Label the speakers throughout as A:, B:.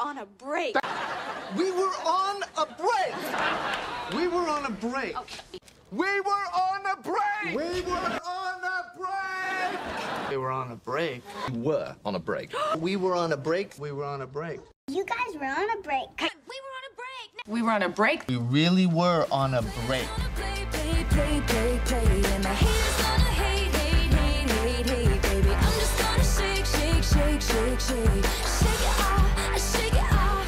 A: on a break.
B: We were on a break. We were on a break. We were on a break. We were on a break. We were on a break.
C: You were on a break.
B: We were on a break. We were on a break.
D: You guys were on a break.
A: We were on a break.
E: We were on a break.
B: We really were on a break.
F: Play, play, play, play, play, and the haters gonna hate, hate, hate, hate, hate, baby. I'm just gonna shake, shake, shake, shake, shake, shake it off, shake it off.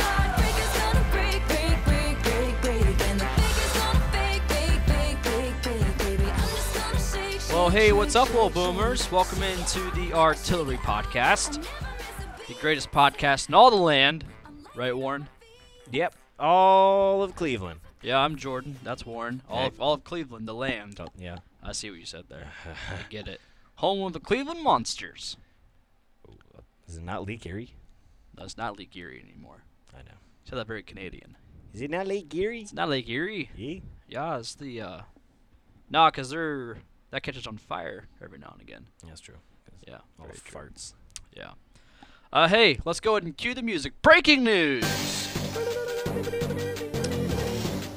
F: Heartbreakers gonna break, break, break, break, break, and the fakers gonna fake, fake, fake, fake, fake, baby. I'm just gonna shake, shake.
G: Well, hey, what's up,
F: shake,
G: little
F: shake,
G: boomers?
F: shake,
G: Welcome into the Artillery Podcast,
F: shake.
G: the greatest podcast in all the land. Right, Warren?
H: Yep, all of Cleveland.
G: Yeah, I'm Jordan. That's Warren. All of, all of Cleveland, the land.
H: Don't- yeah.
G: I see what you said there. I get it. Home of the Cleveland Monsters.
H: Is it not Lee Geary?
G: That's not Lake Erie anymore.
H: I know.
G: So that very Canadian.
H: Is it not Lee Geary?
G: It's not Lake Erie.
H: Ye?
G: Yeah, it's the uh, nah, cause they're that catches on fire every now and again.
H: That's true. 'cause
G: Yeah,
H: All
G: very true.
H: farts.
G: Yeah. Uh, hey, let's go ahead and cue the music. Breaking news.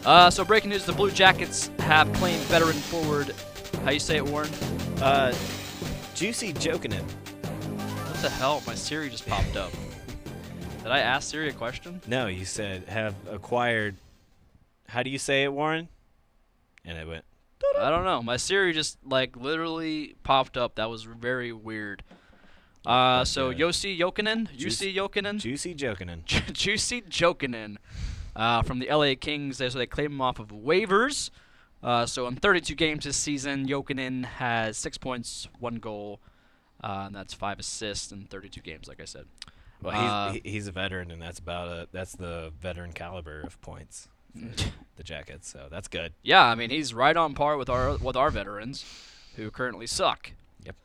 G: Uh, so breaking news: the Blue Jackets have claimed veteran forward. How you say it, Warren?
H: Uh, Juicy joking him.
G: What the hell? My Siri just popped up. Did I ask Siri a question?
H: No, you said have acquired. How do you say it, Warren? And I went.
G: I don't know. My Siri just like literally popped up. That was very weird. Uh, so
H: Yeah.
G: Yossi Jokinen, Yossi Jokinen,
H: Juicy joking him.
G: Juicy Jokinen uh, from the LA Kings. They, so they claim him off of waivers. Uh, so in 32 games this season, Jokinen has six points, one goal, uh, and that's five assists in 32 games. Like I said,
H: Well,
G: Uh,
H: he's, he- he's a veteran, and that's about a that's the veteran caliber of points. for the Jackets, so that's good.
G: yeah, I mean he's right on par with our with our veterans, who currently suck.
H: Yep.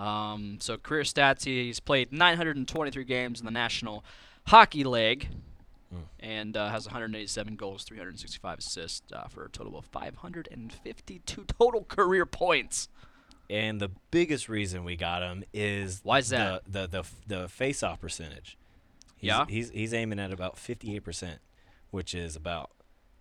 G: Um, so career stats, he's played 923 games in the National Hockey League, and uh, has 187 goals, 365 assists uh, for a total of 552 total career points.
H: And the biggest reason we got him is
G: Why is that?
H: the the the, f- the face off percentage. He's,
G: Yeah?
H: he's he's aiming at about fifty eight percent, which is about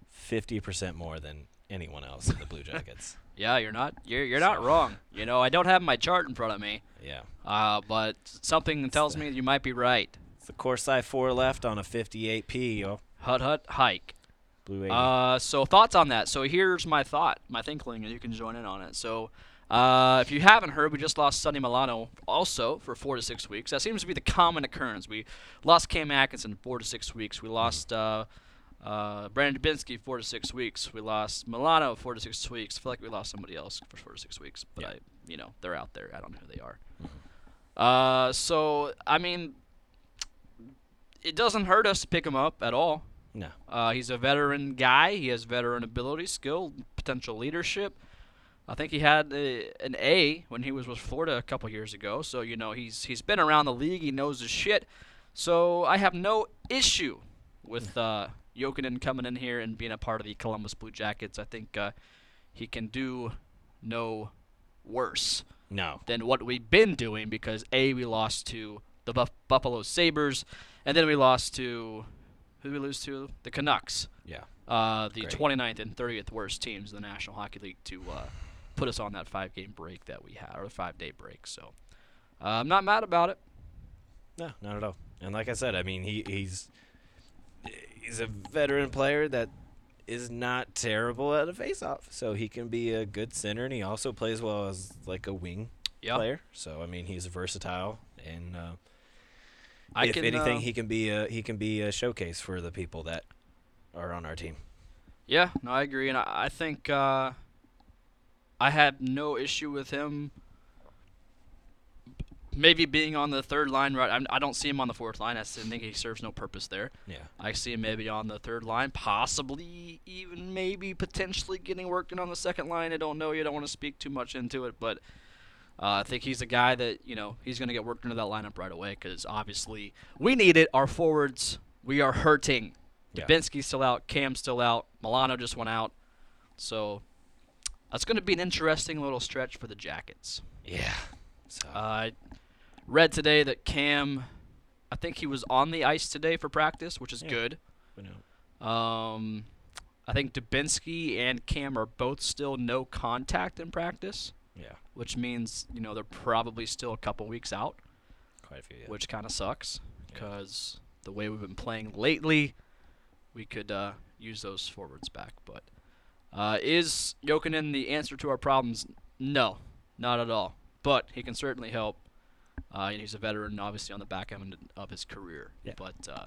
H: fifty percent more than anyone else in the Blue Jackets.
G: Yeah, you're not you're you're not wrong. You know, I don't have my chart in front of me,
H: yeah,
G: uh, but something tells me you might be right.
H: it's the Corsi four left on a fifty eight P. Yo,
G: Hut hut hike.
H: Blue eight.
G: Uh, so thoughts on that. So here's my thought, my thinkling, and you can join in on it. So uh, if you haven't heard, we just lost Sonny Milano also for four to six weeks. That seems to be the common occurrence. We lost Cam Atkinson four to six weeks. We lost uh, uh, Brandon Dubinsky four to six weeks. We lost Milano four to six weeks. I feel like we lost somebody else for four to six weeks, but
H: Yeah.
G: I, you know, they're out there. I don't know who they are. Uh, so I mean, it doesn't hurt us to pick him up at all.
H: no,
G: Uh, he's a veteran guy. He has veteran ability, skill, potential leadership. I think he had a, an A when he was with Florida a couple years ago. So you know he's he's been around the league. He knows his shit. So I have no issue with uh, Jokinen coming in here and being a part of the Columbus Blue Jackets. I think uh, he can do no worse
H: no.
G: than what we've been doing because a we lost to the Buff- Buffalo Sabers, and then we lost to who did we lose to the Canucks,
H: Yeah,
G: uh, the
H: Great.
G: 29th and 30th worst teams in the National Hockey League to uh, put us on that five game break that we had or five day break. So uh, I'm not mad about it.
H: no, not at all. And like I said, I mean he he's he's a veteran player that is not terrible at a face off, so he can be a good center, and he also plays well as like a wing.
G: Yeah,
H: player. So I mean, he's versatile, and uh,
G: I
H: if
G: can,
H: anything,
G: uh,
H: he can be a, he can be a showcase for the people that are on our team.
G: Yeah, no, I agree, and I, I think uh, I had no issue with him. Maybe being on the third line, right? I'm, I don't see him on the fourth line. I s- think he serves no purpose there.
H: Yeah,
G: I see him maybe on the third line, possibly even maybe potentially getting working on the second line. I don't know. You don't want to speak too much into it, but uh, I think he's a guy that you know he's going to get worked into that lineup right away because obviously we need it. Our forwards, we are hurting.
H: Yeah.
G: Dubinsky's still out. Cam's still out. Milano just went out. So that's going to be an interesting little stretch for the Jackets. Uh,
H: yeah. So
G: I read today that Cam I think he was on the ice today for practice, which is
H: Yeah.
G: good.
H: You know,
G: Um, I think Dubinsky and Cam are both still no contact in practice,
H: yeah,
G: which means you know they're probably still a couple weeks out,
H: quite a few. Yeah.
G: which kind of sucks because the way we've been playing lately, we could uh, use those forwards back. But uh, is Jokinen the answer to our problems? No, not at all. But he can certainly help. Uh, and he's a veteran, obviously, on the back end of his career.
H: Yeah.
G: But uh,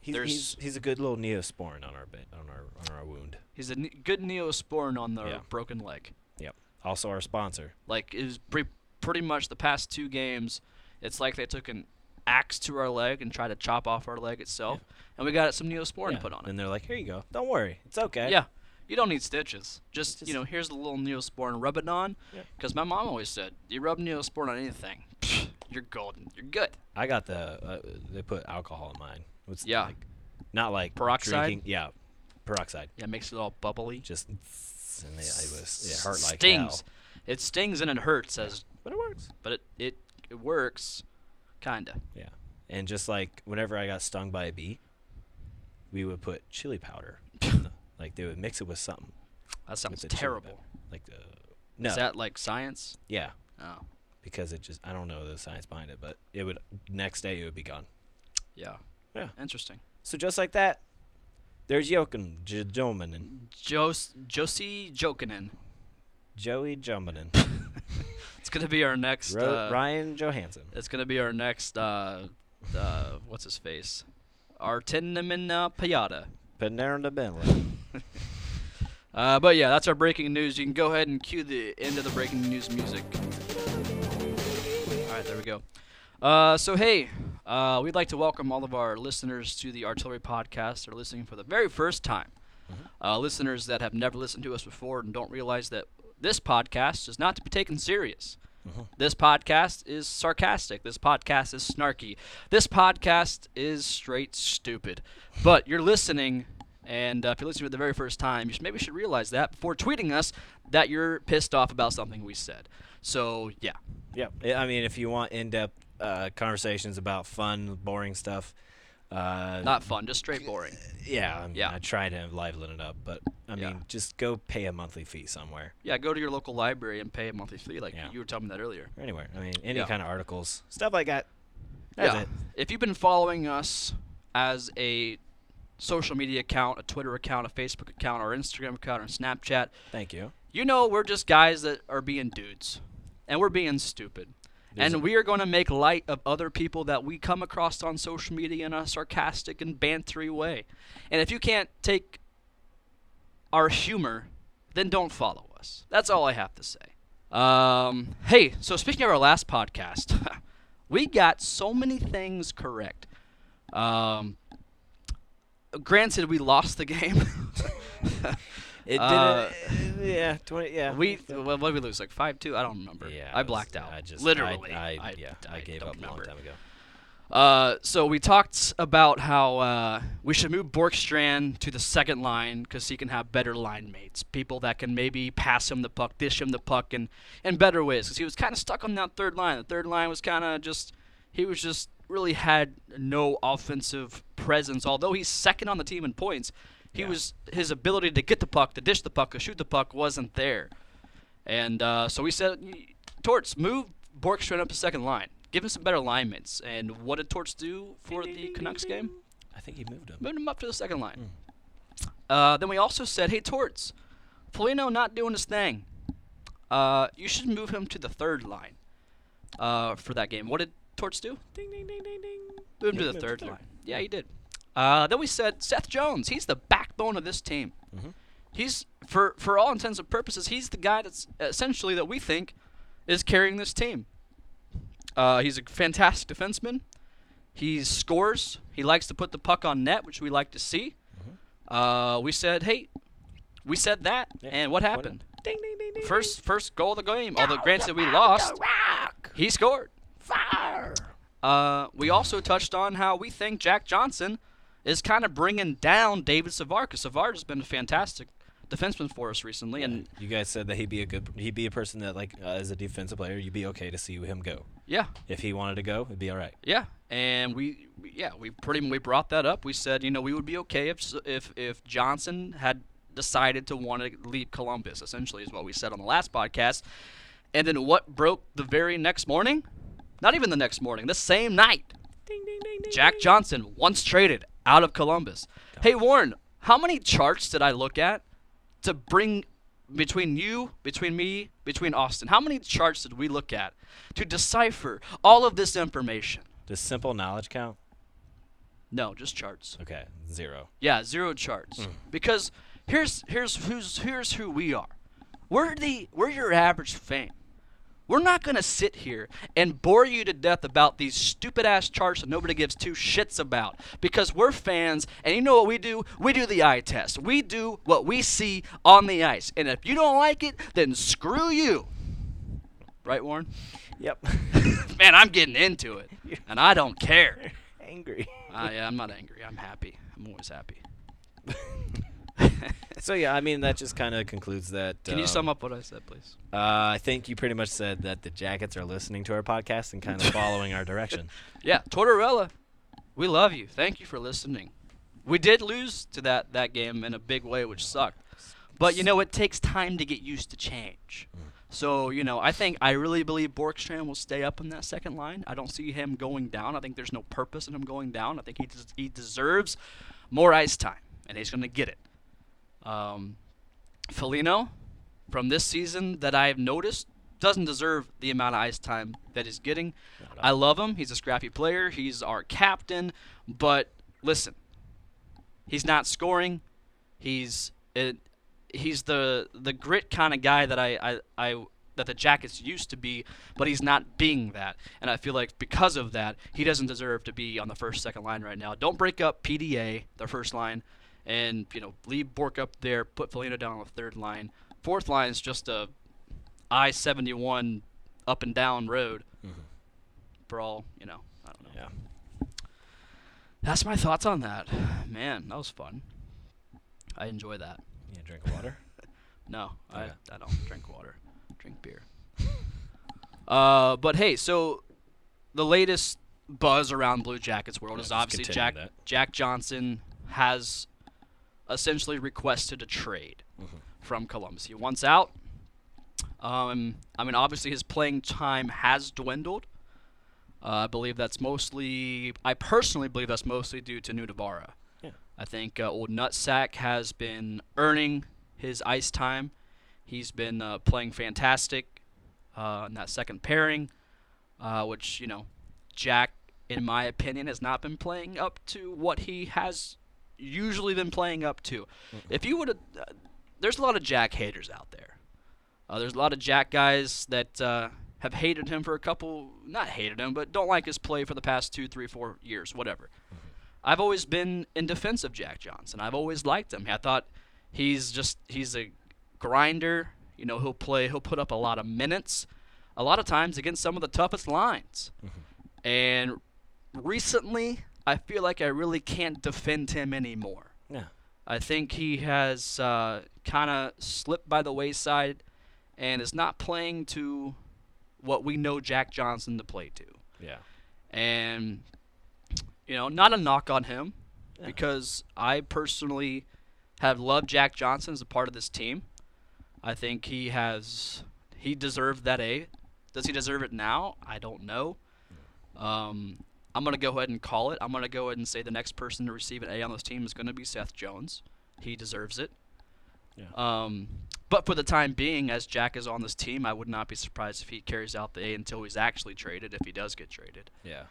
H: he's,
G: there's-
H: he's he's a good little neosporin on our ba- on our on our wound.
G: he's a ne- good neosporin on the
H: Yeah.
G: broken leg.
H: Yep. Also our sponsor.
G: Like it was pre- pretty much the past two games. It's like they took an axe to our leg and tried to chop off our leg itself, and we got some neosporin
H: Yeah.
G: put on it.
H: And they're like, here you go. Don't worry, it's okay.
G: Yeah, you don't need stitches. Just,
H: Just-
G: you know, here's a little neosporin, rub it on.
H: Yeah.
G: Because my mom always said, you rub neosporin on anything, you're golden, you're good.
H: I got the uh, they put alcohol in mine. It's
G: Yeah.
H: like- not like
G: Peroxide?
H: Drinking, yeah, peroxide.
G: Yeah, it makes it all bubbly.
H: Just and it, it was it hurt like
G: stings.
H: hell.
G: It stings and it hurts, as
H: but it works.
G: but it it, it works, kinda.
H: Yeah, and just like whenever I got stung by a bee, we would put chili powder. in the- like they would mix it with something.
G: That
H: with
G: sounds
H: the chili
G: terrible.
H: powder. Like the no,
G: Is that like science?
H: yeah,
G: Oh,
H: because it just I don't know the science behind it, but it would next day it would be gone.
G: yeah.
H: Yeah.
G: Interesting.
H: So just like that, there's Jokin J- Jominen,
G: Jos- Josie Jokinen.
H: Joey Jominen,
G: It's gonna be our next.
H: Ro-
G: uh,
H: Ryan Johansson.
G: It's gonna be our next. Uh, uh, what's his face? Artinamina Payata.
H: Panera Bentley.
G: Uh, but yeah, that's our breaking news. You can go ahead and cue the end of the breaking news music. All right, there we go. Uh, so hey, uh, we'd like to welcome all of our listeners to the Artillery Podcast. They're listening for the very first time. Uh, listeners that have never listened to us before and don't realize that this podcast is not to be taken serious. This podcast is sarcastic. This podcast is snarky. This podcast is straight stupid. But you're listening, and uh, if you're listening for the very first time, you should, maybe should realize that before tweeting us that you're pissed off about something we said. So yeah,
H: Yeah, I- I mean, if you want in-depth uh, conversations about fun, boring stuff, uh,
G: not fun, just straight boring.
H: yeah, I mean,
G: yeah.
H: I try to liven it up, but I mean,
G: Yeah.
H: just go pay a monthly fee somewhere
G: Yeah, go to your local library and pay a monthly fee, like
H: Yeah.
G: you were telling me that earlier.
H: or anywhere. I mean, any
G: Yeah.
H: kind of articles, stuff like that. That's
G: yeah.
H: it.
G: If you've been following us as a social media account, a Twitter account, a Facebook account, or Instagram account, or Snapchat,
H: Thank you.
G: you know we're just guys that are being dudes, and we're being stupid.
H: There's a-
G: and we are going to make light of other people that we come across on social media in a sarcastic and bantery way. And if you can't take our humor, then don't follow us. That's all I have to say. Um, hey, so speaking of our last podcast, we got so many things correct. Um, granted, we lost the game.
H: It
G: Uh,
H: did. it- yeah, twenty. Yeah,
G: We well, what did we lose? Like five two? I don't remember.
H: Mm, Yeah,
G: I
H: was-
G: blacked out.
H: I just
G: literally.
H: I, I, yeah, I, gave
G: don't
H: up a long
G: remember.
H: time ago.
G: Uh, so we talked about how uh, we should move Borkstrand to the second line because he can have better line mates, people that can maybe pass him the puck, dish him the puck, and in better ways. Because he was kind of stuck on that third line. The third line was kind of just he was just really had no offensive presence. Although he's second on the team in points, he
H: Yeah.
G: was his ability to get the puck, to dish the puck, to shoot the puck wasn't there. And uh, so we said, "Y- Torts, move Borkstrand up to second line. Give him some better alignments. And what did Torts do for the Canucks game?
H: I think he moved him.
G: Moved him up to the second line. Uh, then we also said, hey, Torts, Polino not doing his thing. Uh, you should move him to the third line uh, for that game. What did Torts do?
H: Ding ding ding ding ding.
G: Move him to
H: Yeah,
G: the third line. Yeah, he did. Uh, then we said Seth Jones. He's the backbone of this team. He's for for all intents and purposes, he's the guy that's essentially that we think is carrying this team. Uh, he's a fantastic defenseman. He scores. He likes to put the puck on net, which we like to see. Uh, we said, hey, we said that,
H: Yeah,
G: and what
H: what-
G: happened?
H: Ding ding ding ding.
G: First first goal of the game. Although granted we lost, he scored. Uh, we also touched on how we think Jack Johnson is kind of bringing down David Savard because Savard has been a fantastic defenseman for us recently, and
H: You guys said that he'd be a good, he'd be a person that like uh, as a defensive player, you'd be okay to see him go.
G: yeah,
H: If he wanted to go, it'd be all right.
G: yeah, and we we- yeah we pretty we brought that up. We said you know we would be okay if s- if if Johnson had decided to want to leave Columbus. Essentially, is what we said on the last podcast. And then what broke the very next morning? Not even the next morning. The same night. Jack Johnson once traded out of Columbus. Hey Warren, how many charts did I look at to bring between you, between me, between Austin? How many charts did we look at to decipher all of this information?
H: Does simple knowledge count?
G: No, just charts.
H: Okay, zero.
G: Yeah, zero charts. Because here's here's who's here's who we are. We're the we're your average fan. We're not gonna sit here and bore you to death about these stupid ass charts that nobody gives two shits about. Because we're fans and you know what we do? We do the eye test. We do what we see on the ice. And if you don't like it, then screw you. Right, Warren?
H: Yep.
G: Man, I'm getting into it. And I don't care.
H: Angry.
G: Uh, yeah, I'm not angry. I'm happy. I'm always happy.
H: So yeah, I mean that just kind of concludes that. um,
G: Can you sum up what I said, please?
H: Uh, I think you pretty much said that the Jackets are listening to our podcast and kind of following our direction.
G: Yeah, Tortorella, we love you. Thank you for listening. We did lose to that that game in a big way, which sucked. But you know, it takes time to get used to change. So you know, I think I really believe Borkstrand will stay up in that second line. I don't see him going down. I think there's no purpose in him going down. I think he des- he deserves more ice time, and he's gonna get it. Um, Felino, from this season that I've noticed, doesn't deserve the amount of ice time that he's getting. I love him. He's a scrappy player. He's our captain. But listen, he's not scoring. He's it, he's the the grit kind of guy that I, I I that the Jackets used to be, but he's not being that. And I feel like because of that, he doesn't deserve to be on the first second line right now. Don't break up PDA, the first line, and you know leave Bork up there. Put Felino down on the third line. Fourth line is just a I seventy one up and down road for all you know. I don't know.
H: Yeah.
G: That's my thoughts on that. Man, that was fun. I enjoy that.
H: Yeah, drink water.
G: No,
H: Okay.
G: I, I don't drink water. Drink beer. uh, but hey, so the latest buzz around Blue Jackets world is
H: just
G: obviously
H: continue
G: Jack
H: that.
G: Jack Johnson has essentially requested a trade
H: Mm-hmm.
G: from Columbus. He wants out. Um, I mean, obviously his playing time has dwindled. Uh, I believe that's mostly. I personally believe that's mostly due to Nudavara.
H: Yeah.
G: I think uh, old Nutsack has been earning his ice time. He's been uh, playing fantastic uh, in that second pairing, uh, which you know, Jack, in my opinion, has not been playing up to what he has usually been playing up to. If you would, have uh, there's a lot of Jack haters out there. Uh, there's a lot of Jack guys that uh, have hated him for a couple, not hated him, but don't like his play for the past two, three, four years, whatever. I've always been in defense of Jack Johnson. I've always liked him. I thought he's just he's a grinder. You know, he'll play. He'll put up a lot of minutes, a lot of times against some of the toughest lines. And recently, I feel like I really can't defend him anymore.
H: yeah.
G: I think he has uh, kind of slipped by the wayside and is not playing to what we know Jack Johnson to play to.
H: Yeah.
G: And, you know, not a knock on him because I personally have loved Jack Johnson as a part of this team. I think he has, he deserved that A. Does he deserve it now? I don't know. Um, I'm going to go ahead and call it. I'm going to go ahead and say the next person to receive an A on this team is going to be Seth Jones. He deserves it.
H: Yeah.
G: Um, but for the time being, as Jack is on this team, I would not be surprised if he carries out the A until he's actually traded, if he does get traded.
H: Yeah.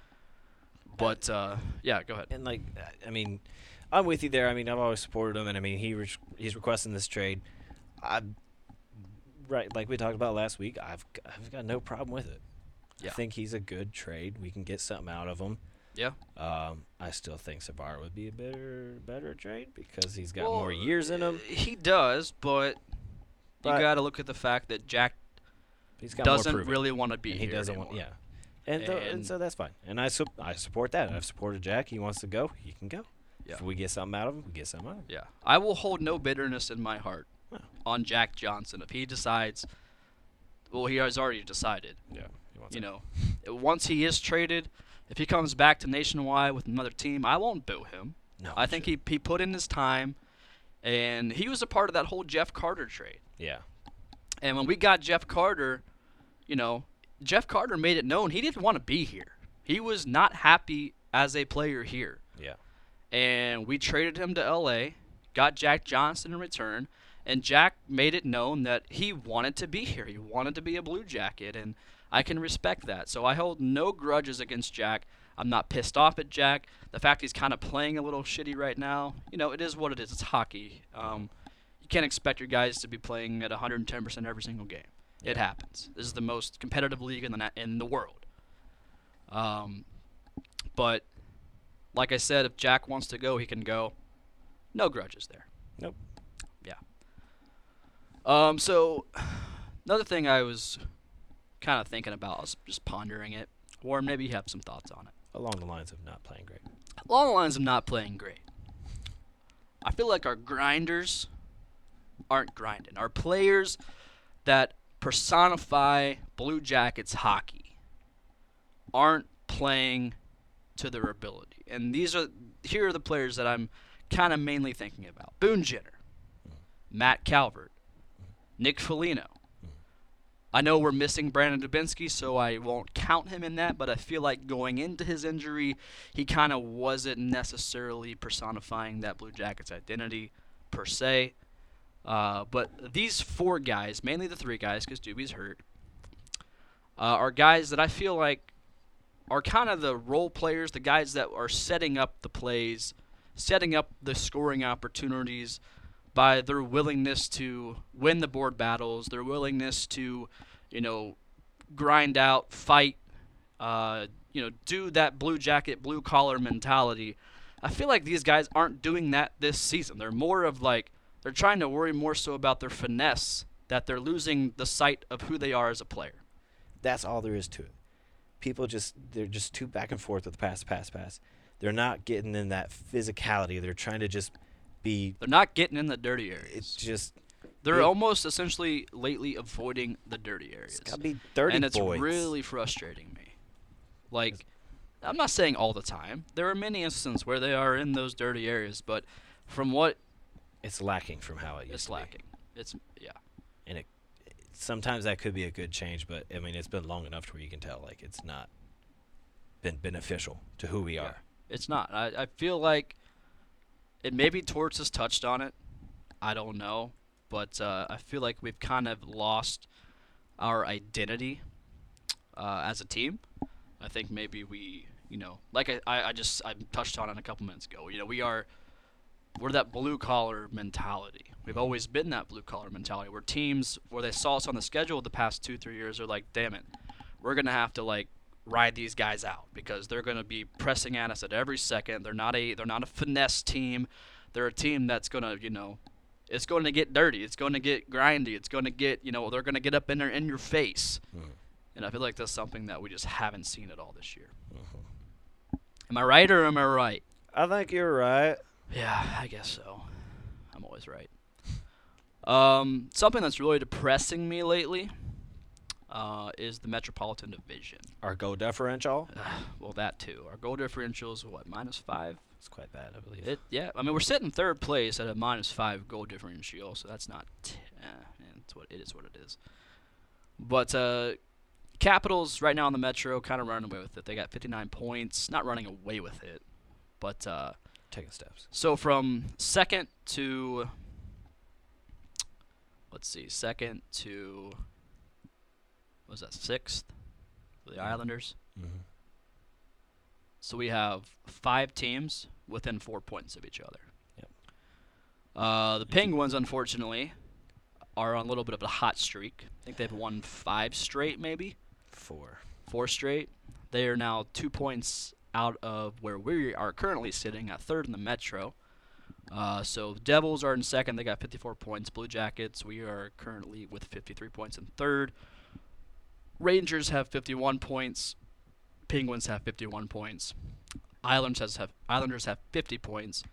G: But uh, yeah, go ahead.
H: And like, I- I mean, I'm with you there. I mean, I've always supported him, and I mean, he re- he's requesting this trade. I, right, like we talked about last week, I've g- I've got no problem with it.
G: Yeah.
H: I think he's a good trade. We can get something out of him.
G: Yeah.
H: Um, I still think Savard would be a better better trade because he's got
G: Well, uh,
H: more years in him.
G: He does, but,
H: But-
G: you got to look at the fact that Jack
H: He's got more
G: doesn't
H: proven.
G: really want to be
H: and he
G: here
H: doesn't want yeah.
G: anymore.
H: And, tho- and
G: And-
H: so that's fine. And I sup I support that. I've supported Jack. He wants to go. He can go.
G: Yeah.
H: If we get something out of him, we get something out of him.
G: Yeah. I will hold no bitterness in my heart on Jack Johnson if he decides. Well, he has already decided.
H: Yeah. He wants
G: You
H: it.
G: know, once he is traded, if he comes back to Nationwide with another team, I won't boo him.
H: No,
G: I think he, he put in his time, and he was a part of that whole Jeff Carter trade.
H: Yeah.
G: And when we got Jeff Carter, you know, Jeff Carter made it known he didn't want to be here. He was not happy as a player here.
H: Yeah.
G: And we traded him to LA, got Jack Johnson in return, and Jack made it known that he wanted to be here. He wanted to be a Blue Jacket, and I can respect that. So I hold no grudges against Jack. I'm not pissed off at Jack. The fact he's kind of playing a little shitty right now, you know, it is what it is. It's hockey. Um, you can't expect your guys to be playing at 110% every single game. It happens. This is the most competitive league in the na- in the world. Um, but like I said, if Jack wants to go, he can go. No grudges there.
H: Nope.
G: Yeah. Um. So, another thing I was kind of thinking about, I was just pondering it. Warren, maybe you have some thoughts on it.
H: Along the lines of not playing great.
G: Along the lines of not playing great, I feel like our grinders aren't grinding. Our players that personify Blue Jackets hockey aren't playing to their ability. And these are here are the players that I'm kind of mainly thinking about: Boone Jenner, Matt Calvert, Nick Foligno. I know we're missing Brandon Dubinsky, so I won't count him in that. But I feel like going into his injury, he kind of wasn't necessarily personifying that Blue Jackets identity per se. Uh, but these four guys, mainly the three guys, because Doobie's hurt, uh, are guys that I feel like are kind of the role players, the guys that are setting up the plays, setting up the scoring opportunities by their willingness to win the board battles, their willingness to, you know, grind out, fight, uh, you know, do that blue jacket, blue collar mentality. I feel like these guys aren't doing that this season. They're more of like they're trying to worry more so about their finesse that they're losing the sight of who they are as a player.
H: That's all there is to it. People just they're just too back and forth with pass, pass, pass. They're not getting in that physicality. They're trying to just be.
G: They're not getting in the dirty areas.
H: It's just
G: They're
H: Yeah.
G: almost essentially lately avoiding the dirty areas.
H: gotta be dirty
G: And it's
H: boys.
G: really frustrating me. Like, I'm not saying all the time. There are many instances where they are in those dirty areas, but from what
H: it's lacking from how it used
G: it's
H: to be.
G: lacking, it's yeah.
H: and it sometimes that could be a good change but i mean it's been long enough to where you can tell like it's not been beneficial to who we are
G: It's not. I, I feel like it maybe Torts has touched on it. I don't know. But uh, I feel like we've kind of lost our identity uh, as a team. I think maybe we, you know, like I, I I just I touched on it a couple minutes ago. You know, we are we're that blue collar mentality. We've always been that blue collar mentality. Where teams where they saw us on the schedule the past two three years are like, damn it, we're gonna have to like ride these guys out because they're gonna be pressing at us at every second. They're not a they're not a finesse team. They're a team that's gonna you know, it's going to get dirty. It's going to get grindy. It's going to get you know they're gonna get up in there in your face. And I feel like that's something that we just haven't seen at all this year. Am I right or am I right?
H: i think you're right
G: Yeah, I guess so. I'm always right. Um, something that's really depressing me lately uh, is the Metropolitan Division.
H: our goal differential
G: Uh, Well, that too. Our goal differential is what minus five.
H: it's quite bad i believe
G: It yeah. I mean, we're sitting third place at a minus five goal differential, so that's not. T- eh, it's what it is. What it is. But uh, Capitals right now in the Metro kind of running away with it. They got 59 points. Not running away with it, but. Uh,
H: taking steps
G: so from second to let's see, second to what was that sixth for the Islanders. So we have five teams within four points of each other.
H: Yep.
G: Uh, the Penguins, unfortunately, are on a little bit of a hot streak. I think they've won five straight, maybe
H: four
G: four straight. They are now two points out of where we are currently sitting at third in the Metro. Uh, so Devils are in second. They got 54 points. Blue Jackets, we are currently with 53 points in third. Rangers have 51 points. Penguins have 51 points. Islanders has have Islanders have 50 points,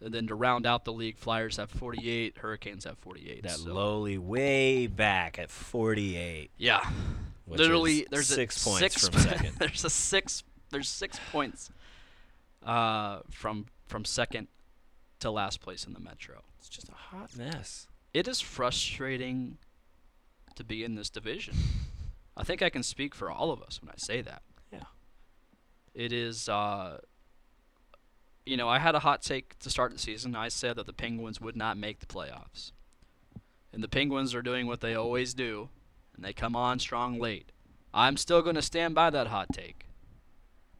G: And then to round out the league, Flyers have 48, Hurricanes have 48.
H: That
G: so-
H: lowly way back at 48.
G: Yeah.
H: Which
G: Literally,
H: is
G: there's
H: six
G: a
H: points
G: six
H: from second.
G: there's a six. There's six points uh, from from second to last place in the Metro.
H: It's just a hot mess.
G: It is frustrating to be in this division. I think I can speak for all of us when I say that.
H: Yeah.
G: It is, uh, you know, I had a hot take to start the season. I said that the Penguins would not make the playoffs. And the Penguins are doing what they always do, and they come on strong late. I'm still going to stand by that hot take.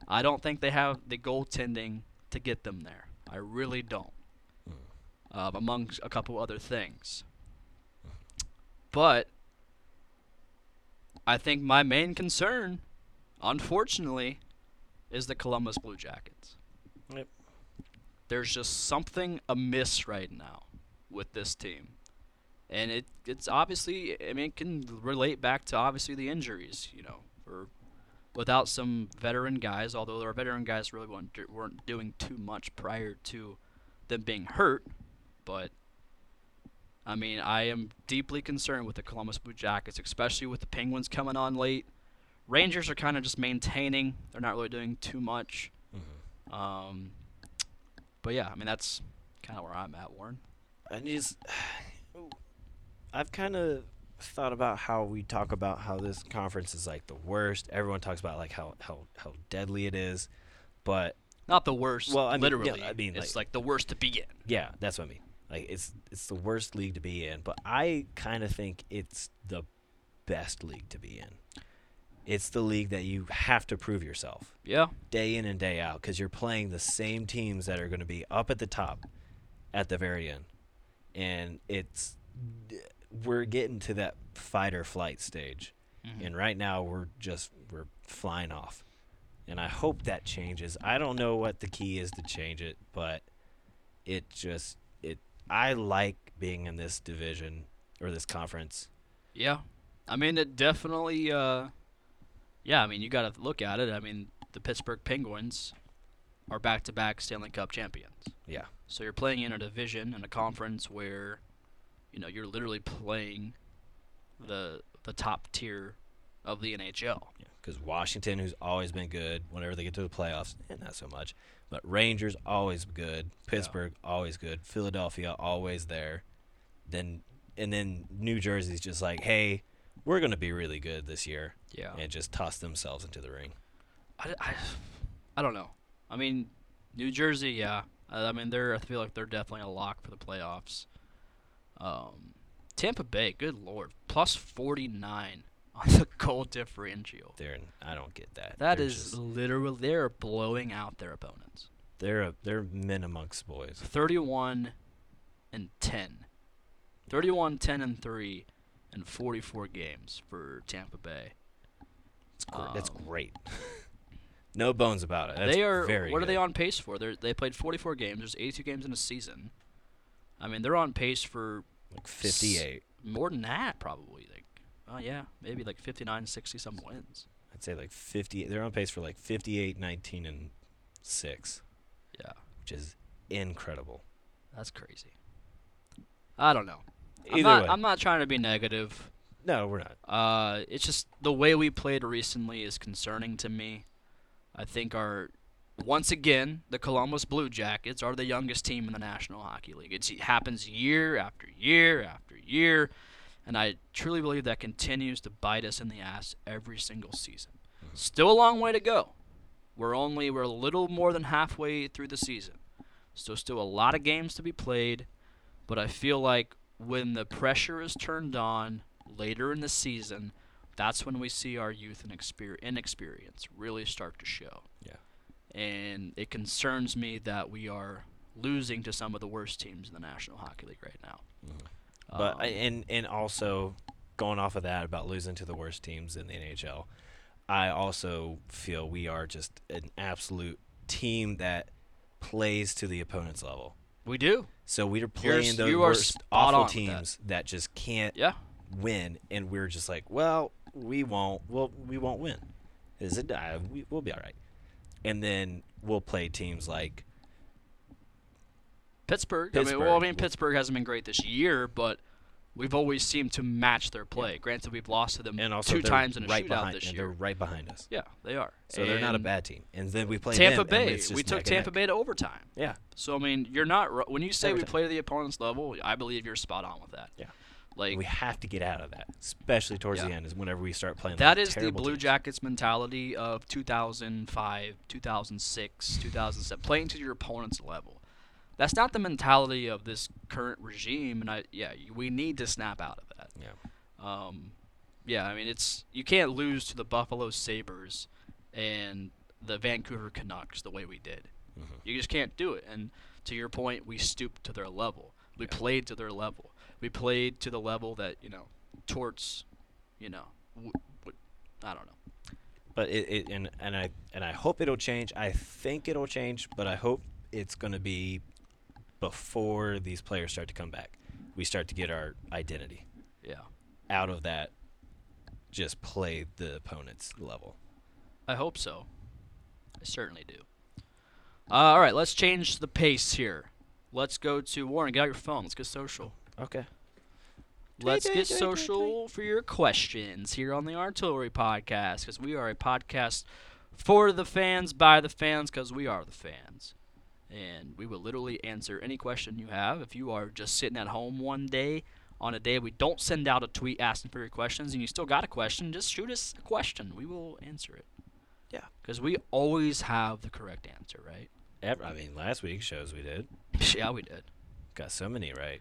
G: I don't think they have the goaltending to get them there. I really don't, uh, amongst a couple other things. But I think my main concern, unfortunately, is the Columbus Blue Jackets.
H: Yep.
G: There's just something amiss right now with this team. And it it's obviously I mean it can relate back to obviously the injuries, you know, or without some veteran guys, although our veteran guys really weren't, do- weren't doing too much prior to them being hurt, but I mean, I am deeply concerned with the Columbus Blue Jackets, especially with the Penguins coming on late. Rangers are kind of just maintaining; they're not really doing too much.
H: Mm-hmm.
G: Um, but yeah, I mean that's kind of where I'm at, Warren.
H: I just, I've kind of thought about how we talk about how this conference is like the worst. Everyone talks about like how how how deadly it is, but
G: Not the worst.
H: Well, I mean, yeah,
G: literally,
H: I mean,
G: it's
H: like-
G: like, the worst to be in.
H: yeah, that's what I mean. Like it's it's the worst league to be in, but I kind of think it's the best league to be in. It's the league that you have to prove yourself.
G: Yeah,
H: day in and day out because you're playing the same teams that are going to be up at the top at the very end. And it's we're getting to that fight or flight stage. And right now we're just we're flying off. And I hope that changes. I don't know what the key is to change it, but it just it I like being in this division or this conference.
G: yeah. I mean, it definitely. Uh, yeah, I mean, you got to look at it. I mean, the Pittsburgh Penguins are back-to-back Stanley Cup champions.
H: Yeah.
G: So you're playing in a division in a conference where, you know, you're literally playing the the top tier of the NHL.
H: because Washington, who's always been good, whenever they get to the playoffs, eh, not so much. But Rangers always good, Pittsburgh always good, Philadelphia always there. Then and then New Jersey's just like, hey, we're gonna be really good this year,
G: Yeah.
H: and just toss themselves into the ring.
G: I, I, I don't know. I mean, New Jersey, yeah. Uh, I, I mean, they're I feel like they're definitely a lock for the playoffs. Um, Tampa Bay, good lord, plus 49 on the goal differential.
H: They're I don't get that.
G: That
H: they're
G: is
H: just-
G: literally they're blowing out their opponents.
H: they're a, they're men amongst boys.
G: 31 and 10. 31, 10, and 3 and 44 games for Tampa Bay.
H: It's gr- that's great. no bones about it.
G: Um,
H: That's
G: they are
H: Very
G: what are they
H: good.
G: on pace for? They they played 44 games. There's 82 games in a season. I mean, they're on pace for
H: Like 58.
G: more than that probably. Like, oh yeah, maybe like 59, 60 some wins.
H: I'd say like 50. They're on pace for like 58, 19, and six.
G: Yeah.
H: which is incredible.
G: That's crazy. I don't know. I'm
H: Either
G: not,
H: way.
G: I'm not trying to be negative.
H: No, we're not.
G: Uh, it's just the way we played recently is concerning to me. I think our once again the Columbus Blue Jackets are the youngest team in the National Hockey League. It's, it happens year after year after year, and I truly believe that continues to bite us in the ass every single season. Still a long way to go. We're only we're a little more than halfway through the season, so still a lot of games to be played but I feel like when the pressure is turned on later in the season, that's when we see our youth and exper- inexperience really start to show.
H: Yeah.
G: And it concerns me that we are losing to some of the worst teams in the National Hockey League right now.
H: But
G: Um,
H: I and and also going off of that about losing to the worst teams in the NHL, I also feel we are just an absolute team that plays to the opponent's level.
G: We do.
H: So we are
G: You're s-
H: playing the
G: you are
H: worst
G: spot
H: awful
G: on with that.
H: teams that. just can't
G: Yeah.
H: win, and we're just like, well, we won't. Well, we won't win. Is it? Uh, we, we'll be all right. And then we'll play teams like
G: Pittsburgh. I mean, well, I
H: Pittsburgh.
G: mean, Pittsburgh hasn't been great this year, but we've always seemed to match their play. Granted, we've lost to them
H: and also
G: two
H: they're
G: times in a
H: right
G: shootout
H: behind,
G: this
H: and
G: year.
H: They're right behind us,
G: Yeah, they are.
H: so they're not a
G: And
H: bad team. And then we play
G: Tampa
H: them, and
G: Bay.
H: it's
G: We
H: just
G: took
H: neck and
G: Tampa
H: neck.
G: Bay to overtime.
H: Yeah,
G: So I mean, you're not ro- when you say
H: Every
G: we
H: time.
G: play to the opponent's level. I believe you're spot on with that.
H: yeah.
G: Like
H: we have to get out of that, especially towards the
G: Yeah.
H: end, is whenever we start playing.
G: That
H: like
G: is the
H: terrible
G: Blue
H: teams.
G: Jackets mentality of 2005, 2006, 2007, playing to your opponent's level. That's not the mentality of this current regime, and I yeah, y- we need to snap out of that.
H: Yeah.
G: Um, yeah, I mean it's you can't lose to the Buffalo Sabers and the Vancouver Canucks the way we did. You just can't do it. And to your point, we stooped to their level. We played to their level. We played to the level that you know, Torts, you know, w- w- I don't know.
H: but it, it and and I and I hope it'll change. I think it'll change, but I hope it's going to be before these players start to come back. We start to get our identity
G: Yeah,
H: out of that. Just play the opponent's level.
G: I hope so. I certainly do. Uh, all right, let's change the pace here. Let's go to Warren. Get out your phone. Let's get social.
H: Okay.
G: Let's get social for your questions here on the Artillery Podcast because we are a podcast for the fans, by the fans, because we are the fans. And we will literally answer any question you have. If you are just sitting at home one day, on a day we don't send out a tweet asking for your questions, and you still got a question, just shoot us a question. We will answer it.
H: Yeah.
G: Because we always have the correct answer, right?
H: Ev- I mean, last week's shows we did
G: yeah, we did.
H: got so many right,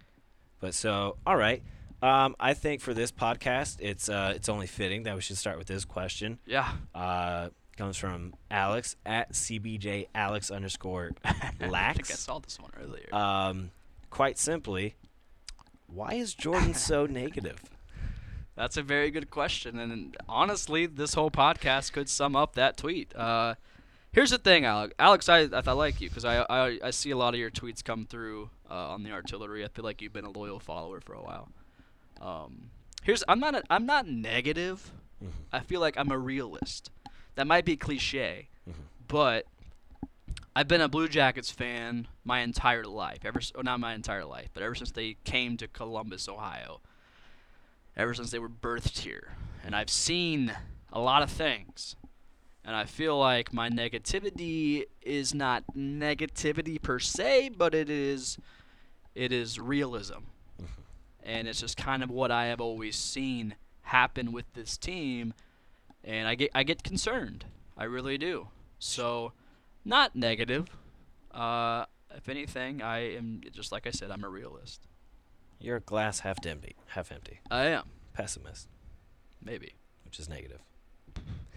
H: but so all right. Um, I think for this podcast, it's uh, it's only fitting that we should start with this question.
G: Yeah.
H: Uh, comes from Alex at CBJ Alex underscore
G: I think I
H: lax.
G: saw this one earlier.
H: Um, quite simply, why is Jordan so negative?
G: That's a very good question, and honestly, this whole podcast could sum up that tweet. Uh, here's the thing, Alex. Alex, I, I like you because I, I I see a lot of your tweets come through uh, on the artillery. I feel like you've been a loyal follower for a while. Um, here's I'm not a, I'm not negative. I feel like I'm a realist. That might be cliche, but I've been a Blue Jackets fan my entire life. Ever s- well, not my entire life, but ever since they came to Columbus, Ohio ever since they were birthed here. And I've seen a lot of things. And I feel like my negativity is not negativity per se, but it is it is realism. and it's just kind of what I have always seen happen with this team and I get I get concerned. I really do. So not negative. Uh, if anything, I am just like I said, I'm a realist.
H: You're a glass half empty, half empty,
G: I am,
H: pessimist,
G: maybe.
H: which is negative.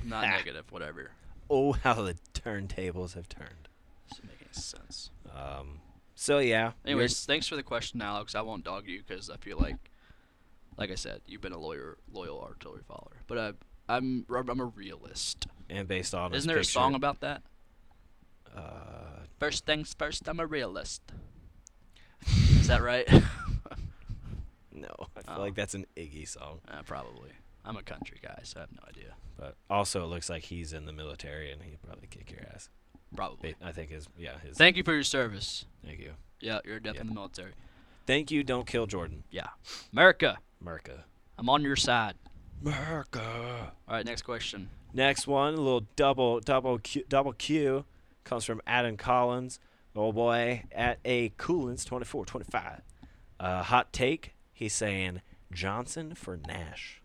G: Not negative, whatever.
H: Oh, how the turntables have turned.
G: Doesn't make any sense.
H: Um, so yeah. you're-
G: Anyways, thanks for the question, Alex. I won't dog you because I feel like, like I said, you've been a lawyer, loyal artillery follower. But I, I'm, I'm a realist.
H: and based on his
G: Isn't there a
H: picture-
G: song about that?
H: Uh,
G: First things first, I'm a realist. Is that right?
H: no, I feel
G: Oh.
H: like that's an Iggy song.
G: uh, probably. I'm a country guy, so I have no idea.
H: But also, it looks like he's in the military, and he'd probably kick your ass.
G: Probably.
H: Ba- I think his yeah his.
G: Thank you for your service.
H: thank you.
G: Yeah, you're deaf
H: Yeah.
G: in the military.
H: Thank you. Don't kill Jordan,
G: Yeah, America,
H: Merca.
G: I'm on your side.
H: Merca.
G: All right, next question.
H: Next one, a little double double Q, double Q comes from Adam Collins. Oh boy, at a Coolins 24 25. Uh, hot take, he's saying Johnson for Nash.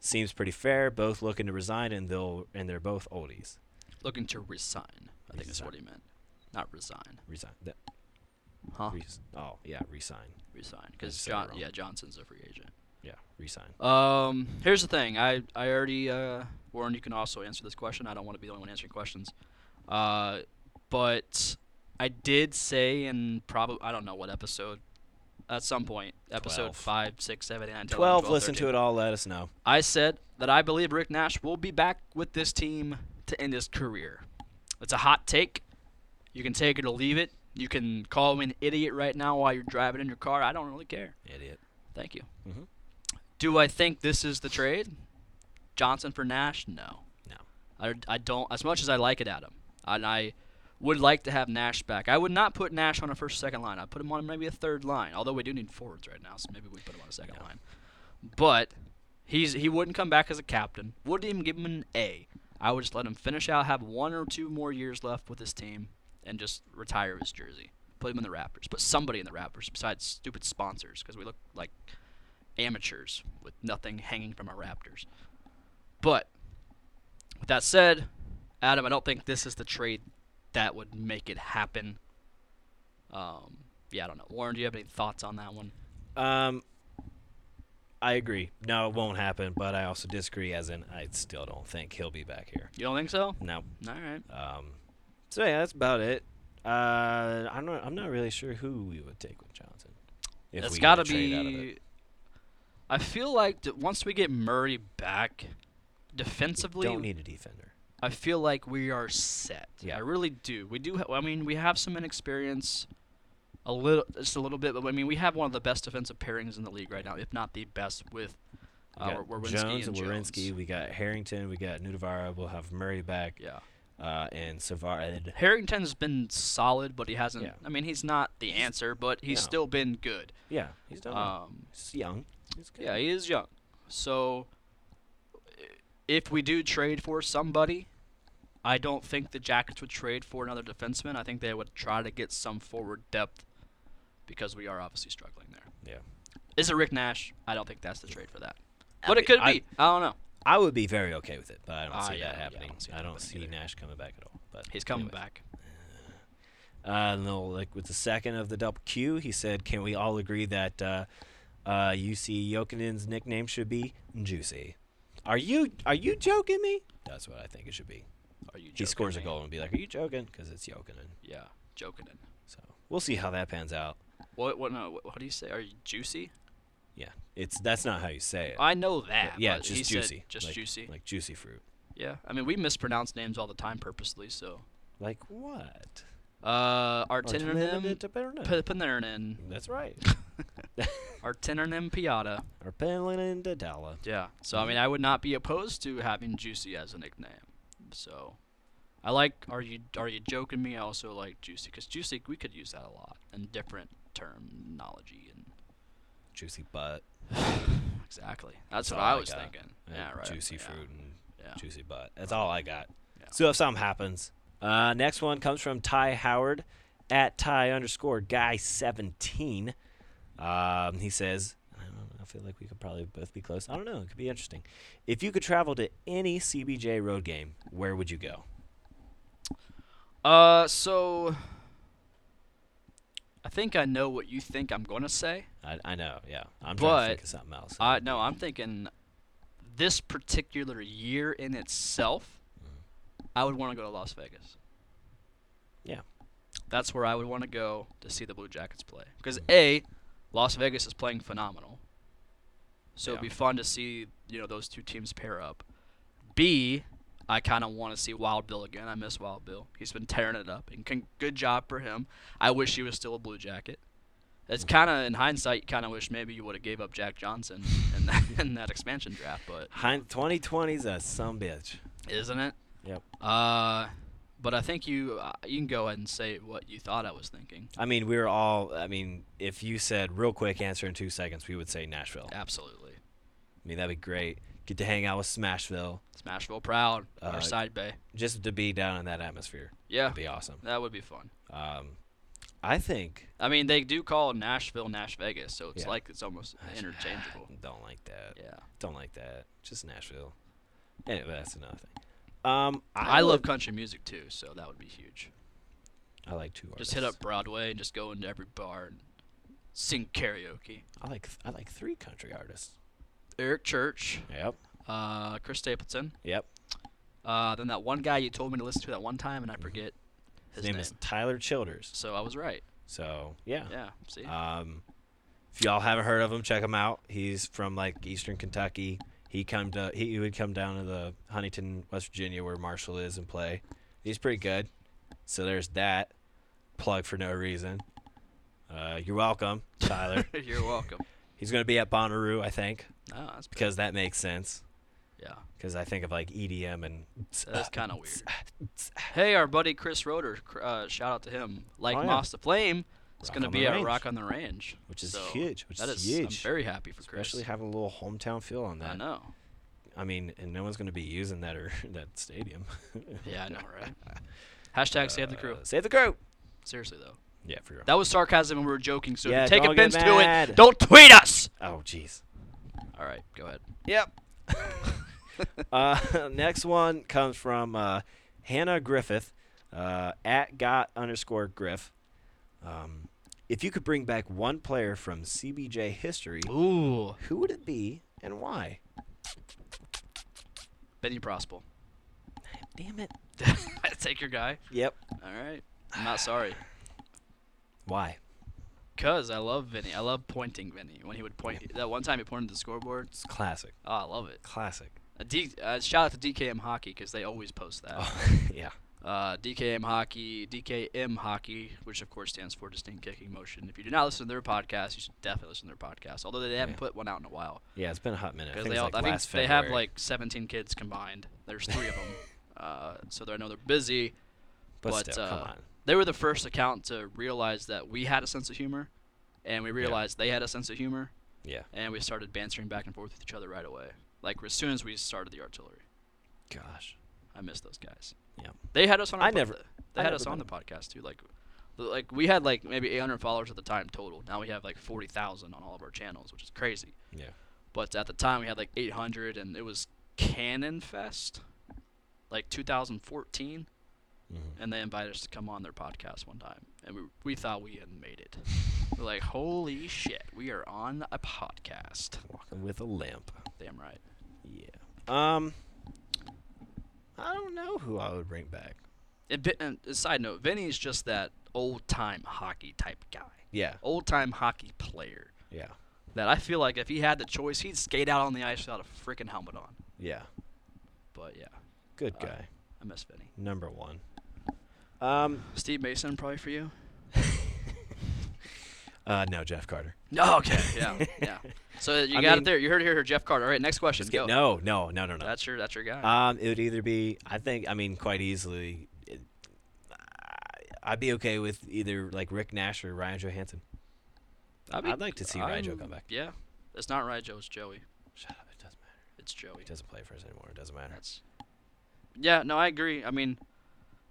H: Seems pretty fair. Both looking to resign, and they'll and they're both oldies.
G: Looking to resign. I think that's what he meant. Not resign.
H: Resign. That-
G: Huh?
H: res- oh yeah, resign.
G: resign
H: I
G: because
H: said it
G: John,
H: wrong.
G: yeah, Johnson's a free agent.
H: Yeah, resign.
G: Um, here's the thing. I I already uh, Warren, you can also answer this question. I don't want to be the only one answering questions. Uh, but I did say in probably I don't know what episode. At some point, episode
H: Twelve.
G: five, six, seven, eight, nine, 10,
H: 12. Listen to it all. Let us know.
G: I said that I believe Rick Nash will be back with this team to end his career. It's a hot take. You can take it or leave it. You can call me an idiot right now while you're driving in your car. I don't really care.
H: Idiot.
G: Thank you. Do I think this is the trade? Johnson for Nash? No.
H: No.
G: I, I don't. As much as I like it, Adam, and I would like to have Nash back. I would not put Nash on a first second line. I'd put him on maybe a third line. Although we do need forwards right now, so maybe we put him on a second line. But he's he wouldn't come back as a captain. Wouldn't even give him an A. I would just let him finish out, have one or two more years left with this team, and just retire his jersey. Put him in the Raptors. Put somebody in the Raptors besides stupid sponsors because we look like amateurs with nothing hanging from our Raptors. But with that said, Adam, I don't think this is the trade that would make it happen. Um, yeah, I don't know. Warren, do you have any thoughts on that one?
H: Um, I agree. No, it won't happen. But I also disagree. As in, I still don't think he'll be back here.
G: You don't think so?
H: No.
G: All right.
H: Um, so yeah, that's about it. Uh, I'm not. I'm not really sure who we would take with Johnson. If
G: It's
H: we
G: got to
H: were to trade out of it.
G: be. I feel like that once we get Murray back, defensively,
H: Don't need a defender.
G: I feel like we are set.
H: Yeah.
G: I really do. We do. Ha- I mean, we have some inexperience, a little, just a little bit. But I mean, we have one of the best defensive pairings in the league right now, if not the best, with
H: We
G: uh,
H: got
G: Wer- Werenski
H: Jones
G: and Jones.
H: Werenski. We got Harrington. We got Nudavara. We'll have Murray back.
G: Yeah.
H: Uh, and Savard.
G: Harrington's been solid, but he hasn't.
H: Yeah.
G: I mean, he's not the answer, but he's
H: No.
G: still been good.
H: Yeah, he's done. well.
G: Um,
H: he's young. He's good.
G: Yeah, he is young. So if we do trade for somebody, I don't think the Jackets would trade for another defenseman. I think they would try to get some forward depth because we are obviously struggling there.
H: yeah.
G: Is it Rick Nash? I don't think that's the trade for that. But it could
H: I-
G: be. I don't know.
H: I would be very okay with it, but I don't
G: Ah,
H: see
G: yeah,
H: that
G: yeah, I
H: happening. I
G: don't
H: don't
G: see
H: see,
G: it happening either.
H: Nash coming back at all. But
G: He's coming
H: anyways.
G: back.
H: Uh, and then, like with the second of the double Q, he said, "Can we all agree that uh, uh, UC Jokinen's nickname should be Juicy?" Are you are you joking me? That's what I think it should be.
G: Are you joking
H: He scores a
G: me?
H: goal and be like, "Are you joking?" Because it's Jokinen.
G: Yeah, joking. It.
H: So we'll see how that pans out.
G: What? What? No. What, what do you say? Are you juicy?
H: Yeah, it's that's not how you say it.
G: I know that. but
H: yeah, it's just
G: he said
H: juicy.
G: Just
H: like,
G: juicy.
H: Like juicy fruit.
G: yeah. I mean, we mispronounce names all the time purposely. So,
H: Like what?
G: uh, Artinonym
H: Artinonym.
G: Panarin,
H: That's right.
G: Artinonym Piata.
H: Or Penland Dadala.
G: Yeah. So I mean, I would not be opposed to having Juicy as a nickname. So, I like. Are you Are you joking me? I also like Juicy because Juicy we could use that a lot in different terminology and
H: Juicy butt.
G: exactly. That's, what
H: all
G: I
H: I
G: was
H: got.
G: thinking.
H: Uh,
G: Yeah. Right.
H: Juicy
G: yeah.
H: fruit and
G: Yeah.
H: juicy butt. That's all I got.
G: Yeah.
H: So if something happens. Uh, next one comes from Ty Howard at Ty underscore guy 17. Um, he says, I don't know. I feel like we could probably both be close. I don't know. It could be interesting. If you could travel to any CBJ road game, where would you go?
G: Uh, so I think I know what you think I'm gonna say.
H: I, I know. Yeah. I'm trying to think
G: But
H: of something else.
G: Uh, no, I'm thinking this particular year in itself, I would want to go to Las Vegas.
H: yeah.
G: That's where I would want to go to see the Blue Jackets play. Because a, Las Vegas is playing phenomenal, so it'd
H: Yeah.
G: be fun to see you know those two teams pair up. B, I kind of want to see Wild Bill again. I miss Wild Bill. He's been tearing it up, and con- good job for him. I wish he was still a Blue Jacket. It's kind of in hindsight, you kind of wish maybe you would have gave up Jack Johnson in that, in that expansion draft, but
H: Hind- 2020's a some bitch.
G: isn't it?
H: Yep.
G: Uh, but I think you uh, you can go ahead and say what you thought I was thinking.
H: I mean, we were all. I mean, if you said real quick answer in two seconds, we would say Nashville.
G: Absolutely.
H: I mean, that'd be great. Get to hang out with Smashville
G: Smashville proud.
H: Uh,
G: our side bay.
H: just to be down in that atmosphere.
G: Yeah,
H: That'd be awesome.
G: that would be fun.
H: Um, I think.
G: I mean, they do call Nashville Nash Vegas, so it's
H: Yeah.
G: like it's almost interchangeable.
H: Don't like that.
G: Yeah,
H: Don't like that. Just Nashville. Anyway, that's another thing. Um,
G: I, love
H: would-
G: country music too, so that would be huge.
H: I like two artists.
G: Just hit up Broadway and just go into every bar and sing karaoke.
H: I like. I like three country artists.
G: Eric Church,
H: Yep.
G: uh, Chris Stapleton,
H: Yep.
G: uh, then that one guy you told me to listen to that one time, and I forget
H: His, name, is Tyler Childers.
G: So I was right.
H: So yeah.
G: Yeah. See.
H: Um, if y'all haven't heard of him, check him out. He's from like Eastern Kentucky. He come to he would come down to the Huntington, West Virginia, where Marshall is, and play. He's pretty good. So there's that plug for no reason. Uh, you're welcome, Tyler.
G: You're welcome.
H: He's gonna be at Bonnaroo, I think,
G: Oh, that's pretty-
H: because that makes sense.
G: Yeah,
H: because I think of like EDM and
G: that's kind of weird. hey, our buddy Chris Roder, cr- uh, shout out to him. Like
H: Oh, yeah.
G: Moss the Flame, it's
H: Rock
G: going to
H: on the
G: be at
H: Range.
G: Rock on the Range,
H: Which is
G: So
H: huge, which
G: that
H: is
G: is-
H: huge.
G: I'm very happy for Chris.
H: especially having a little hometown feel on that.
G: I know.
H: I mean, and no one's going to be using that or that stadium.
G: Yeah, I know, right? Hashtag save the crew.
H: Uh, Save the crew.
G: Seriously though,
H: Yeah, for real.
G: that was sarcasm and we were joking. So
H: Yeah,
G: if you take
H: don't get
G: offense to it,
H: mad.
G: don't tweet us.
H: oh, jeez.
G: All right, go ahead.
H: Yep. uh, next one comes from uh, Hannah Griffith uh, at got underscore griff. Um, if you could bring back one player from CBJ history,
G: Ooh,
H: who would it be and why?
G: Benny Prospel.
H: Damn it.
G: Take your guy.
H: Yep.
G: All right. I'm not sorry.
H: Why?
G: Cause I love Vinny. I love pointing Vinny. When he would point, that one time he pointed to the scoreboard.
H: It's classic.
G: Oh, I love it.
H: Classic.
G: Uh, D, uh, shout out to DKM Hockey because they always post that.
H: Oh. yeah.
G: Uh, DKM Hockey, DKM Hockey, which of course stands for Distinct Kicking Motion. If you do not listen to their podcast, you should definitely listen to their podcast. Although they haven't
H: Yeah.
G: put one out in a while.
H: Yeah, it's been a hot minute. I
G: Because
H: think,
G: they,
H: it's
G: all,
H: like
G: I think
H: last
G: they have
H: February.
G: like 17 kids combined. There's three of them. Uh, so they're- I know they're busy.
H: But,
G: But,
H: still,
G: uh,
H: come on.
G: They were the first account to realize that we had a sense of humor, and we realized they had a sense of humor,
H: Yeah.
G: and we started bantering back and forth with each other right away. Like as soon as we started the artillery,
H: Gosh.
G: I miss those guys.
H: Yeah.
G: They had us on. Our
H: I never-
G: They
H: I
G: had
H: never
G: us on the
H: met
G: podcast too. Like, like we had like maybe 800 followers at the time total. Now we have like 40,000 on all of our channels, which is crazy.
H: Yeah.
G: But at the time, we had like 800, and it was Cannon Fest, like 2014,
H: Mm-hmm.
G: and they invited us to come on their podcast one time, and we we thought we had made it. We're like, holy shit, we are on a podcast.
H: Walking with a limp.
G: Damn right.
H: Yeah. Um. I don't know who I would bring back.
G: And, Vin- and a side note, Vinny's just that old time hockey type guy,
H: Yeah.
G: old time hockey player.
H: Yeah.
G: That I feel like if he had the choice, he'd skate out on the ice without a freaking helmet on.
H: Yeah.
G: But yeah,
H: Good
G: Uh,
H: guy.
G: I miss Vinny.
H: Number one. Um.
G: Steve Mason, probably for you.
H: Uh. No, Jeff Carter.
G: Oh, okay. Yeah. Yeah. So you
H: I
G: got
H: mean-
G: it there. You heard it here, Jeff Carter. All right. Next question.
H: Just
G: go.
H: get, no. No. No. No. No.
G: That's your. That's your guy.
H: Um. It would either be. I think. I mean, quite easily. It, I'd be okay with either like Rick Nash or Ryan Johansson.
G: I'd,
H: I'd like to see Rijo come back.
G: Yeah. It's not Rijo. It's Joey.
H: Shut up. It doesn't matter.
G: It's Joey.
H: He doesn't play for us anymore. It doesn't matter.
G: That's. Yeah. No, I agree. I mean,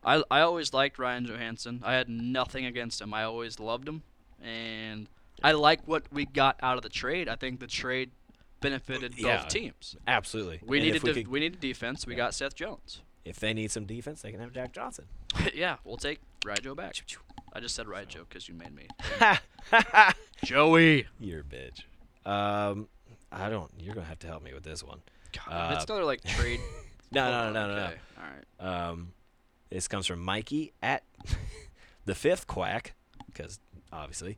G: I I always liked Ryan Johansson. I had nothing against him. I always loved him, and I like what we got out of the trade. I think the trade benefited
H: Yeah.
G: both teams.
H: Absolutely.
G: We
H: And
G: needed
H: if
G: we,
H: we, could-
G: we needed defense. We got Seth Jones.
H: if they need some defense, they can have Jack Johnson.
G: yeah, we'll take Rijo back. I just said Rijo because you made me. Joey.
H: You're a bitch. Um, I don't. You're gonna have to help me with this one.
G: God,
H: Uh,
G: it's another like trade.
H: No, no,
G: Hold
H: no,
G: on,
H: no, no.
G: okay, All right.
H: no. Um, this comes from Mikey at the fifth quack, because obviously,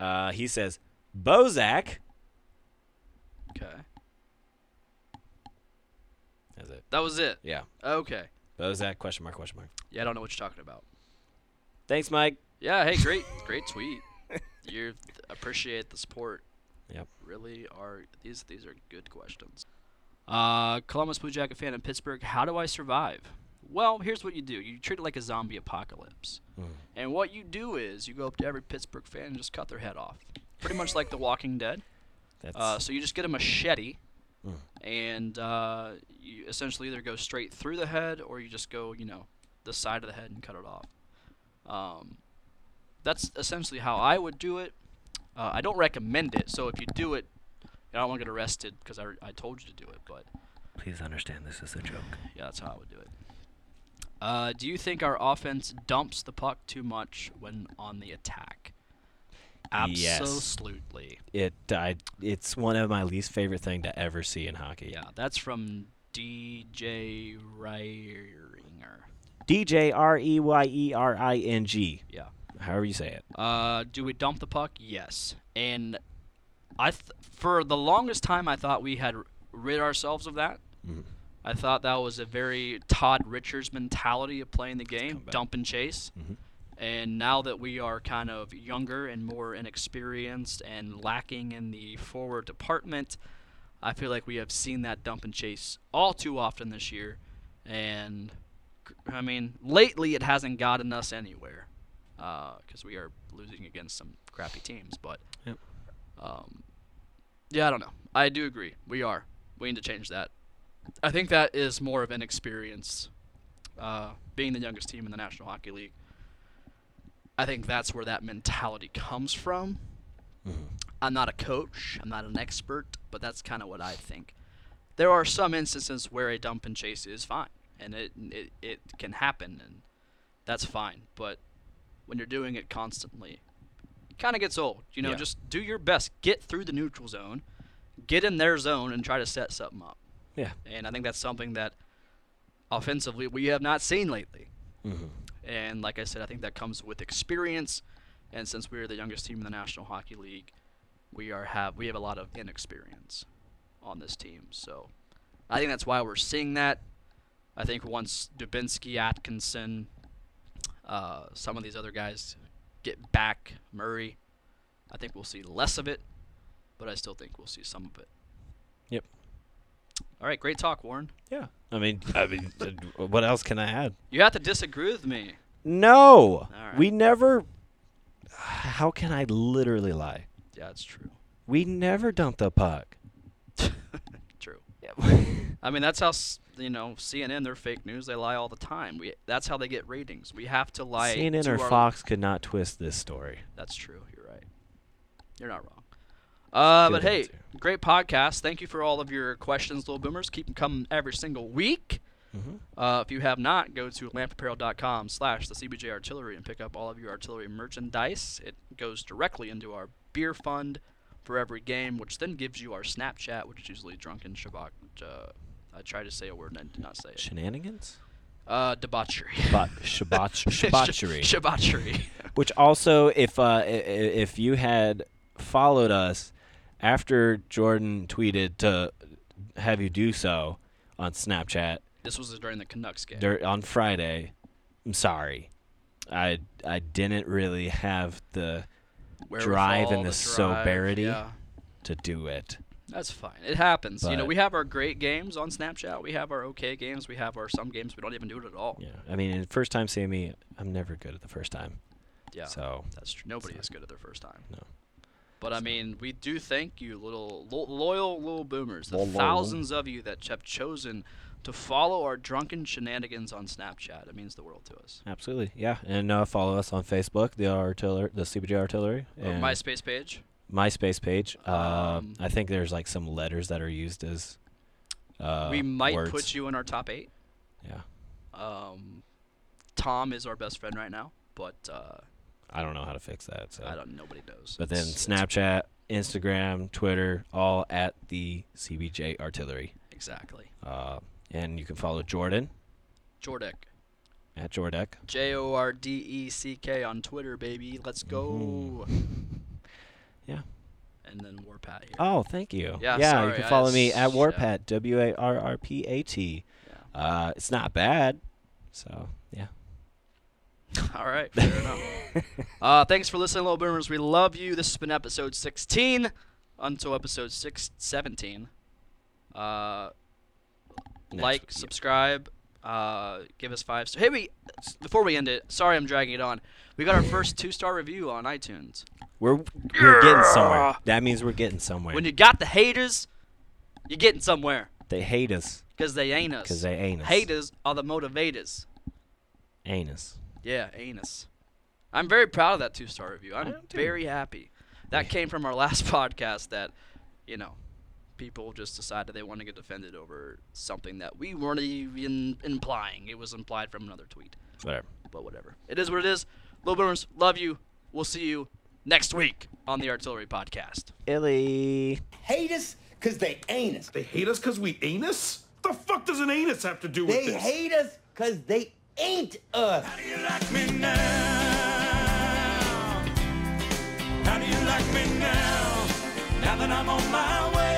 H: uh, he says Bozak.
G: Okay.
H: That's it.
G: That was it.
H: Yeah,
G: Okay.
H: Bozak? Question mark? Question mark?
G: Yeah, I don't know what you're talking about.
H: Thanks, Mike.
G: Yeah. Hey, great, great tweet. You appreciate the support.
H: Yep.
G: Really are these these are good questions. Uh, Columbus Blue Jacket fan in Pittsburgh. How do I survive? Well, here's what you do. You treat it like a zombie apocalypse. And what you do is you go up to every Pittsburgh fan and just cut their head off. Pretty much like The Walking Dead.
H: That's
G: Uh, so you just get a machete, and uh, you essentially either go straight through the head or you just go, you know, the side of the head and cut it off. Um, that's essentially how I would do it. Uh, I don't recommend it. So if you do it, I don't want to get arrested because I, re- I told you to do it. But
H: please understand this is a joke.
G: yeah, that's how I would do it. Uh, do you think our offense dumps the puck too much when on the attack?
H: Yes.
G: Absolutely.
H: It. I. It's one of my least favorite thing to ever see in hockey.
G: Yeah, that's from DJ Reiringer.
H: D J R E Y E R I N G.
G: Yeah.
H: However you say it.
G: Uh, do we dump the puck? Yes. And I, th- for the longest time, I thought we had r- rid ourselves of that. I thought that was a very Todd Richards mentality of playing the game, dump and chase. And now that we are kind of younger and more inexperienced and lacking in the forward department, I feel like we have seen that dump and chase all too often this year, and I mean, lately it hasn't gotten us anywhere because uh, we are losing against some crappy teams. But
H: Yep.
G: um, yeah, I don't know. I do agree. We are. We need to change that. I think that is more of an experience, uh, being the youngest team in the National Hockey League. I think that's where that mentality comes from. I'm not a coach, I'm not an expert, but that's kind of what I think. There are some instances where a dump and chase is fine, and it, it it can happen, and that's fine. But when you're doing it constantly, it kind of gets old. You know,
H: Yeah.
G: just do your best, get through the neutral zone, get in their zone, and try to set something up.
H: Yeah.
G: And I think that's something that offensively we have not seen lately.
H: Mhm.
G: And like I said, I think that comes with experience. And since we are the youngest team in the National Hockey League, we are have we have a lot of inexperience on this team. So I think that's why we're seeing that. I think once Dubinsky, Atkinson, uh, some of these other guys get back, Murray, I think we'll see less of it. But I still think we'll see some of it.
H: Yep.
G: All right, great talk, Warren.
H: Yeah. I mean, I mean, uh, what else can I add?
G: You have to disagree with me.
H: No,
G: right.
H: we never. How can I literally lie?
G: Yeah, it's true.
H: We never dumped the puck.
G: True. I mean, that's how s- you know CNN. They're fake news. They lie all the time. We that's how they get ratings. We have to lie.
H: CNN
G: to
H: or
G: our-
H: Fox could not twist this story.
G: That's true. You're right. You're not wrong. Uh,
H: Good
G: but hey,
H: answer.
G: great podcast. Thank you for all of your questions, little boomers. Keep them coming every single week. Uh, if you have not, go to lampapparel.com slash the CBJ Artillery and pick up all of your artillery merchandise. It goes directly into our beer fund for every game, which then gives you our Snapchat, which is usually drunken shabak. Uh, I tried to say a word and I did not say it.
H: Shenanigans?
G: Uh, debauchery.
H: But shibach- shibacheri.
G: Debauchery.
H: Which also, if uh, i- i- if you had followed us after Jordan tweeted to have you do so on Snapchat
G: this was during the Canucks game.
H: dur- on Friday, I'm sorry, I I didn't really have the drive and
G: Wherewithal,
H: the
G: drive,
H: soberity.
G: Yeah,
H: to do it.
G: that's fine. It happens. you know,
H: But-
G: we have our great games on Snapchat. We have our okay games. We have our some games we don't even do it at all.
H: Yeah, I mean, and first time seeing me, I'm never good at the first time.
G: Yeah,
H: So
G: that's true. Nobody is good at their first time.
H: No.
G: But I mean, we do thank you, little lo- loyal little boomers, the
H: Loyal.
G: thousands of you that have chosen to follow our drunken shenanigans on Snapchat. It means the world to us.
H: absolutely, yeah, and uh, follow us on Facebook, the artillery, the CBJ artillery,
G: Our
H: and
G: Uh, MySpace page.
H: MySpace page. Uh,
G: Um,
H: I think there's like some letters that are used as. Uh,
G: we might
H: words.
G: put you in our top eight.
H: Yeah,
G: Um, Tom is our best friend right now, but uh,
H: I don't know how to fix that. So,
G: I don't. Nobody knows.
H: but then
G: It's- it's
H: Snapchat, Instagram, Twitter, all at the CBJ artillery,
G: Exactly.
H: uh, and you can follow Jordan
G: Jordek.
H: at Jordek.
G: J O R D E C K on Twitter, baby. Let's go.
H: Mm-hmm. Yeah.
G: And then Warpat here.
H: Oh, thank you.
G: Yeah,
H: you
G: sorry,
H: can
G: I
H: follow me
G: s-
H: at
G: yeah.
H: Warpat, W A R R P A T.
G: Yeah.
H: Uh, it's not bad. So, yeah.
G: All right. Fair enough. Uh, thanks for listening, Little Boomers. We love you. This has been episode 16 until episode six, 17. Uh,
H: Next
G: like,
H: week, yeah.
G: subscribe, uh, give us five. So, hey, we before we end it. Sorry, I'm dragging it on. We got our first two star review on iTunes.
H: We're we're getting somewhere. That means we're getting somewhere.
G: When you got the haters, you're getting somewhere
H: they hate us
G: because they ain't us.
H: because they ain't us.
G: Haters are the motivators.
H: Ain't us.
G: Yeah, anus. I'm very proud of that two star review. I'm
H: am too.
G: very happy. That came from our last podcast that, you know, people just decided they want to get defended over something that we weren't even implying. It was implied from another tweet.
H: Whatever.
G: But whatever. It is what it is. Little Boomers, love you. We'll see you next week on the Artillery Podcast.
H: Illy.
A: hate us because they ain't us.
C: They hate us because we anus? The fuck does an anus have to do with
A: They
C: this?
A: hate us because they ain't us.
C: How do you like me now? How do you like me now? Now that I'm on my way.